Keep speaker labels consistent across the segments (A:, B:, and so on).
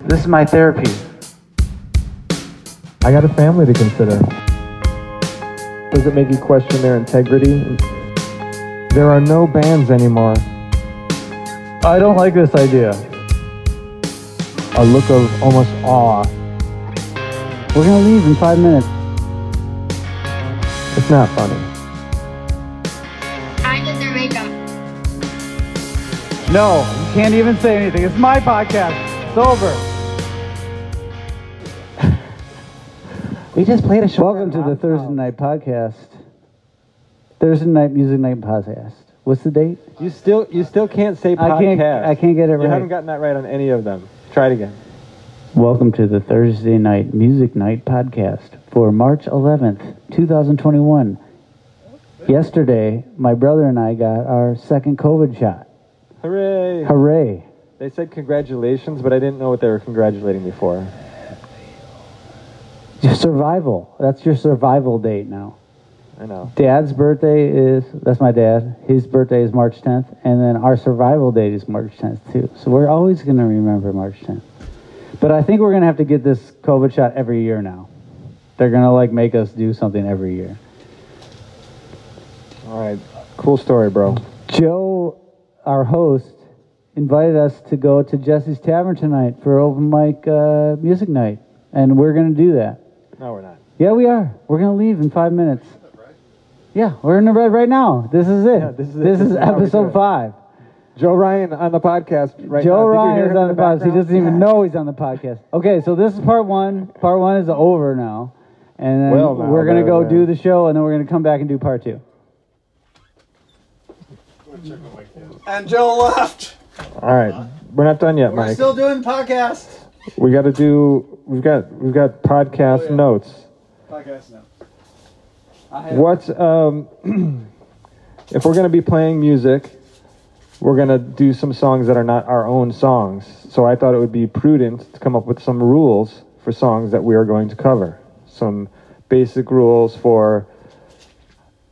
A: This is my therapy.
B: I got a family to consider. Does it make you question their integrity? There are no bands anymore. I don't like this idea. A look of almost awe.
C: We're gonna leave in five minutes.
B: It's not funny.
D: I did the makeup.
C: No, you can't even say anything. It's my podcast. It's over.
A: We just played a show.
C: Welcome to the Thursday Night Podcast. Thursday Night Music Night Podcast. What's the date?
B: You still you still can't say podcast.
C: I can't- I can't get it
B: you
C: right.
B: haven't gotten that right on any of them. Try it again.
C: Welcome to the Thursday Night Music Night Podcast for March 11th, 2021. Yesterday, my brother and I got our second COVID shot.
B: Hooray!
C: Hooray.
B: They said congratulations, but I didn't know what they were congratulating me for.
C: Your survival. That's your survival date now.
B: I know.
C: Dad's birthday is that's my dad. His birthday is March 10th, and then our survival date is March 10th too. So we're always going to remember March 10th. But I think we're going to have to get this COVID shot every year now. They're going to like make us do something every year.
B: All right, cool story, bro.
C: Joe, our host, invited us to go to Jesse's Tavern tonight for open mic uh, music night, and we're going to do that.
B: No, we're not.
C: Yeah, we are. We're gonna leave in five minutes. Yeah, we're in the red right now. This is it.
B: this is it.
C: This
B: This
C: is
B: is how we do
C: episode
B: it.
C: five.
B: Joe Ryan on the podcast
C: Joe
B: right now. Did you hear
C: Ryan is
B: him in
C: on the podcast. He
B: background?
C: doesn't even know he's on the podcast. Okay, so this is part one. Part one is over now, and then
B: Well, now,
C: we're gonna
B: there,
C: go
B: there.
C: do the show, and then we're gonna come back and do part two.
E: And Joe left.
B: All right, we're not done yet,
E: We're
B: Mike.
E: still doing podcast.
B: we got to do. We've got we've got podcast
E: Oh, yeah.
B: notes.
E: Podcast now.
B: What's um, if we're gonna be playing music, we're gonna do some songs that are not our own songs. So I thought it would be prudent to come up with some rules for songs that we are going to cover. Some basic rules for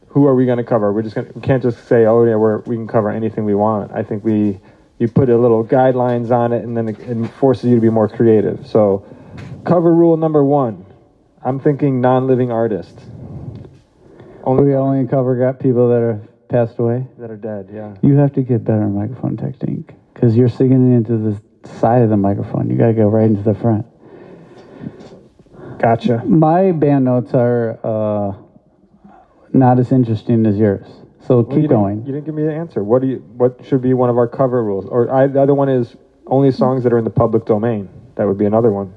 B: who are we gonna cover? We're just gonna we can't just say oh yeah we're we can cover anything we want. I think we you put a little guidelines on it and then it, it forces you to be more creative. So cover rule number one. I'm thinking non-living artists
C: We only cover got people that are passed away.
B: that are dead. Yeah.
C: You have to get better at microphone technique because you're singing into the side of the microphone. You gotta go right into the front.
B: Gotcha.
C: My band notes are uh, not as interesting as yours. So keep going.
B: You didn't give me the answer. What do you? What should be one of our cover rules? Or I, the other one is only songs that are in the public domain. That would be another one.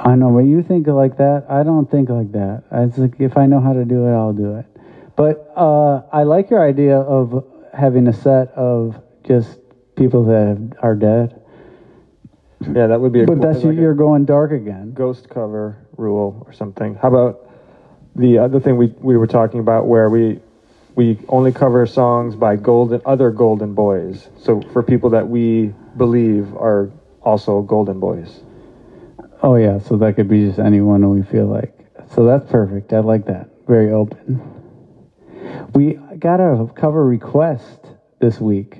C: I know, but you think like that. I don't think like that. I it's like if I know how to do it, I'll do it. But uh, I like your idea of having a set of just people that are dead.
B: Yeah, that would be. A
C: But
B: cool-
C: that's
B: like a
C: you're going dark again.
B: ghost cover rule or something. How about the other thing we we were talking about where we we only cover songs by golden other golden boys. So for people that we believe are also golden boys.
C: Oh yeah, so that could be just anyone we feel like. So that's perfect. I like that. Very open. We got a cover request this week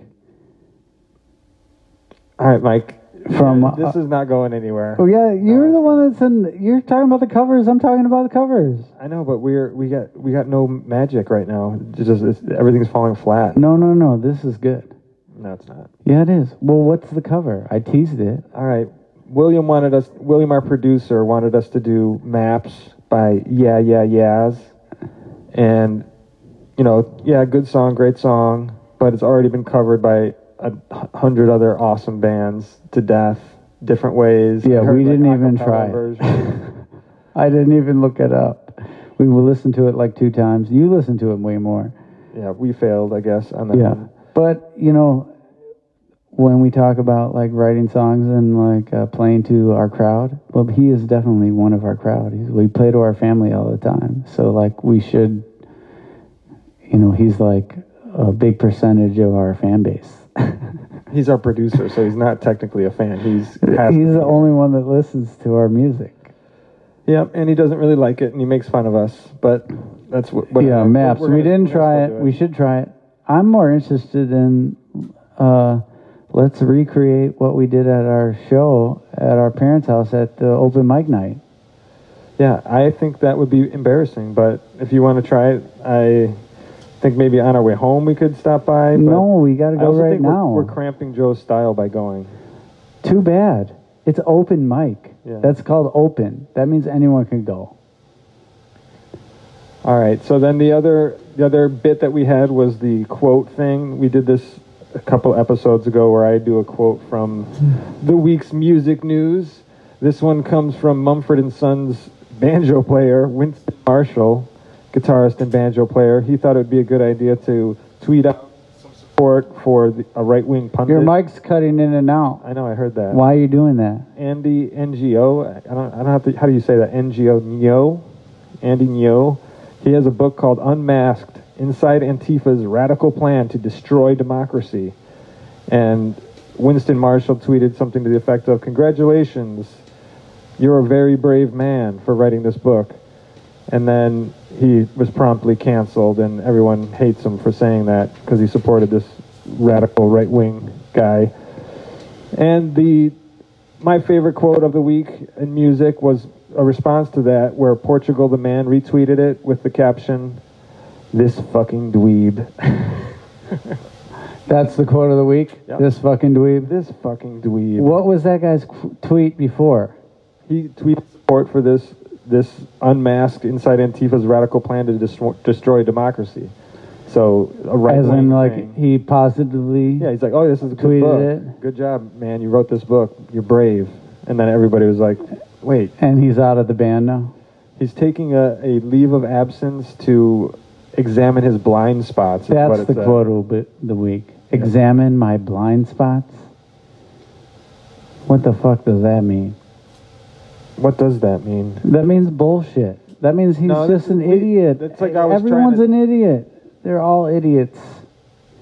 B: All right, Mike.
C: from
B: This is not going anywhere.
C: Oh yeah, you're the one that's in. You're talking about the covers. I'm talking about the covers.
B: I know, but we're we got we got no magic right now. It's just it's, everything's falling flat.
C: No, no, no. This is good.
B: No, it's not.
C: Yeah, it is. Well, what's the cover? I teased it.
B: All right. William wanted us. William, our producer, wanted us to do maps by Yeah Yeah Yeahs, and you know, yeah, good song, great song, but it's already been covered by a hundred other awesome bands to death, different ways.
C: Yeah,
B: I heard,
C: we
B: like,
C: didn't
B: a
C: even
B: cappella
C: try.
B: version.
C: I didn't even look it up. We will listen to it like two times. You listen to it way more.
B: yeah, we failed, I guess, on that.
C: Yeah,
B: one.
C: but you know, when we talk about like writing songs and like uh, playing to our crowd, well, he is definitely one of our crowd. He's, we play to our family all the time, so like we should, you know, he's like a big percentage of our fan base.
B: He's our producer, so he's not technically a fan. He's has to
C: He's
B: be.
C: the only one that listens to our music.
B: Yep, and he doesn't really like it, and he makes fun of us. But that's what. what
C: yeah,
B: what
C: maps.
B: we're
C: We
B: gonna-
C: didn't
B: we're gonna
C: try it.
B: still do
C: We should try it. I'm more interested in uh, let's recreate what we did at our show at our parents' house at the open mic night.
B: Yeah, I think that would be embarrassing, but if you want to try it, I think maybe on our way home we could stop by. But
C: No, we got to
B: I
C: go
B: also
C: right
B: think
C: now.
B: We're, we're cramping Joe's style by going.
C: Too bad. It's open mic.
B: Yeah.
C: That's called open. That means anyone can go.
B: All right. So then the other the other bit that we had was the quote thing. We did this a couple episodes ago where I do a quote from the week's music news. This one comes from Mumford and Sons banjo player Winston Marshall, guitarist and banjo player. He thought it would be a good idea to tweet out some support for the, a right wing pundit.
C: Your mic's cutting in and out.
B: I know. I heard that.
C: Why are you doing that?
B: Andy NGO. I don't, I don't have to. How do you say that? NGO Nyo. Andy Nyo. He has a book called Unmasked: Inside Antifa's Radical Plan to Destroy Democracy. And Winston Marshall tweeted something to the effect of, "Congratulations, you're a very brave man for writing this book." And then he was promptly canceled, and everyone hates him for saying that because he supported this radical right-wing guy. And the my favorite quote of the week in music was a response to that where Portugal the Man retweeted it with the caption, This fucking dweeb.
C: That's the quote of the week.
B: Yeah.
C: This fucking dweeb.
B: this fucking dweeb.
C: What was that guy's qu- tweet before?
B: He tweeted support for this this unmasked inside Antifa's radical plan to destroy, destroy democracy. So a right
C: As in,
B: wing
C: like
B: thing.
C: he positively.
B: Yeah, he's like, Oh, this is a good
C: tweeted
B: book.
C: it.
B: Good job, man. You wrote this book. You're brave. And then everybody was like, Wait,
C: And he's out of the band now.
B: He's taking a, a leave of absence to examine his blind spots. is what
C: That's
B: it
C: the
B: said.
C: quote of the- the week. Examine my blind spots. What the fuck does that mean?
B: What does that mean?
C: That means bullshit. That means he's
B: No,
C: just an
B: we-
C: idiot.
B: that's like I was
C: Everyone's
B: trying
C: an idiot. They're all idiots.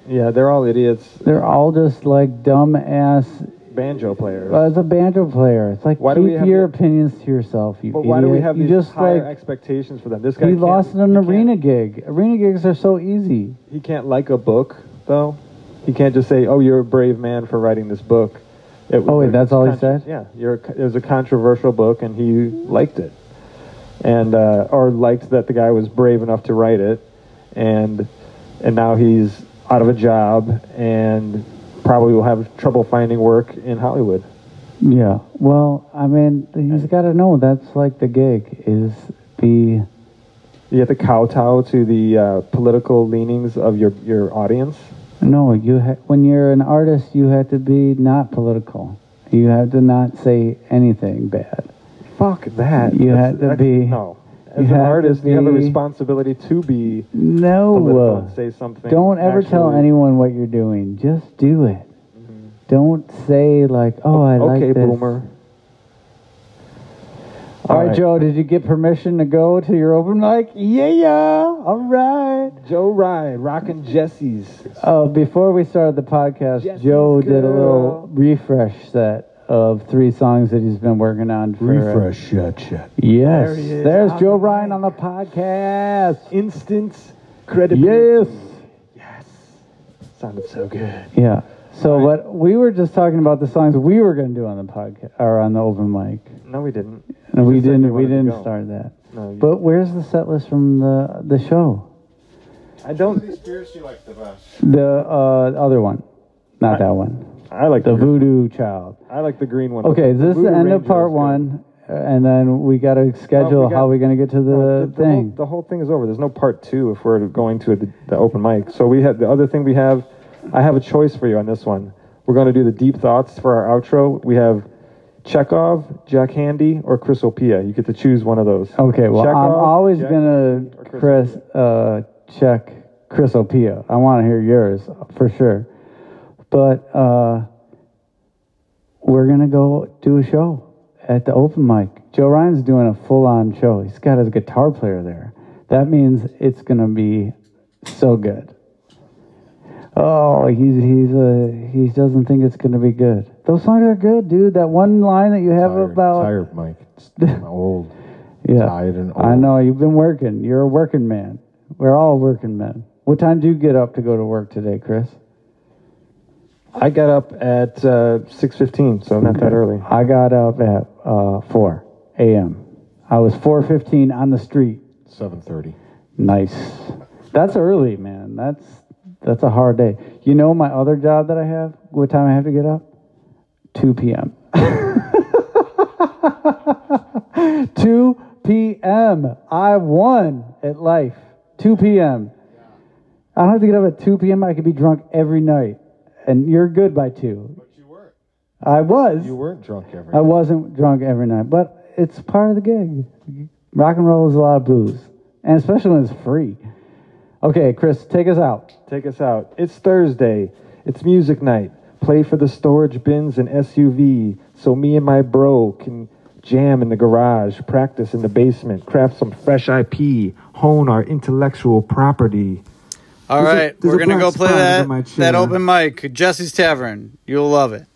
B: Yeah, they're all idiots.
C: They're all just like dumb ass.
B: Banjo players.
C: As a banjo player, it's like
B: Why do
C: keep
B: we have
C: your
B: the-
C: opinions to yourself. You
B: but why do we
C: idiot.
B: have
C: you
B: these
C: just
B: higher
C: like
B: expectations for them? This guy
C: he
B: can't-
C: lost in an
B: he can't-
C: arena gig. Arena gigs are so easy.
B: He can't like a book though. He can't just say, "Oh, you're a brave man for writing this book." It was
C: Oh, wait,
B: a
C: that's all he said?
B: Yeah, you're, a- it was a controversial book, and he liked it, and uh, or liked that the guy was brave enough to write it, and and now he's out of a job and probably will have trouble finding work in Hollywood.
C: Yeah. Well, I mean, he's got to know that's like the gig is the
B: You have to kowtow to the uh, political leanings of your your audience.
C: no. You ha- when you're an artist, you have to be not political. You have to not say anything bad.
B: Fuck that.
C: You
B: That's-
C: had to
B: that's-
C: be-
B: No.
C: you
B: As an
C: had to
B: artist, you have a
C: be-
B: responsibility to be political
C: No. Uh,
B: and say something.
C: Don't ever tell
B: actually- Mm-hmm.
C: anyone what you're doing. Just do it. Don't say like, "Oh, I like
B: okay,
C: this."
B: boomer.
C: All right, Joe, did you get permission to go to your open mic? Yeah, yeah. All right.
B: Joe Ride, rockin' Jesse's.
C: Uh, before we started the podcast,
B: Jesse's
C: Joe did a
B: girl.
C: little refresh set of three songs that he's been working on for. Refresh set, Yes.
B: There he is.
C: There's
B: On
C: Joe
B: the
C: Ryan
B: mic.
C: on the podcast.
B: Instant credibility.
C: Yes.
B: Sounded so good.
C: Yeah. So what we were just talking about the songs we were going to do on the podcast or on the open mic,
B: No, we didn't.
C: and
B: You
C: we
B: just said you
C: didn't. We
B: wanted to
C: didn't
B: go.
C: start that.
B: No, you-
C: But where's the set list from the the show?
B: I
E: What
B: don't.
E: these beers do you like the best?
C: The uh, other one, not that one.
B: I like
C: The
B: the.
C: Voodoo Child.
B: I like the green one.
C: Okay, this is
B: Voodoo
C: the end
B: Ranger
C: of
B: is
C: part
B: good.
C: one, uh, and then we got to schedule
B: got-
C: how we're going to get to the,
B: No,
C: thing.
B: Whole, the whole thing is over. There's no part two if we're going to the, the open mic. So we have the other thing we have. I have a choice for you on this one. We're going to do the deep thoughts for our outro. We have Chekhov, Jack Handy, or Chris Opia. You get to choose one of those.
C: okay, well, I'm
B: Chekhov,
C: always
B: Jack
C: going
B: Handy,
C: to
B: or
C: Chris uh, check Chris Opia. I want to hear yours for sure, but uh, we're going to go do a show at the open mic. Joe Ryan's doing a full-on show. He's got his guitar player there. That means it's going to be so good. Oh, he's he's uh, he doesn't think it's gonna be good. Those songs are good, dude. That one line that you have
D: tired,
C: about
D: tired, Mike. It's, I'm old.
C: yeah,
D: tired and
C: I
D: old.
C: know you've been working. You're a working man. We're all working men. What time do you get up to go to work today, Chris?
B: I got up at uh, six fifteen, so not that early.
C: I got up at uh, 4 a.m. I was 4:15 on the street.
D: Seven thirty.
C: Nice. That's early, man. That's that's a hard day. You know my other job that I have. What time I have to get up? 2 p.m. 2 p.m. I won at life. 2 p.m. I don't have to get up at 2 p.m. I could be drunk every night, and you're good by two.
E: But you were.
C: I was.
D: You weren't drunk every.
C: I wasn't drunk every night, but it's part of the gig. Rock and roll is a lot of booze, and especially when it's free. Okay, Chris, take us out.
B: Take us out. It's Thursday. It's music night. Play for the storage bins and SUV so me and my bro can jam in the garage, practice in the basement, craft some fresh IP, hone our intellectual property.
F: All
B: There's a-
F: right,
B: there's
F: we're
B: a
F: gonna
B: black
F: go play
B: spot under
F: that
B: my
F: that
B: chair.
F: open mic, Jesse's Tavern. You'll love it.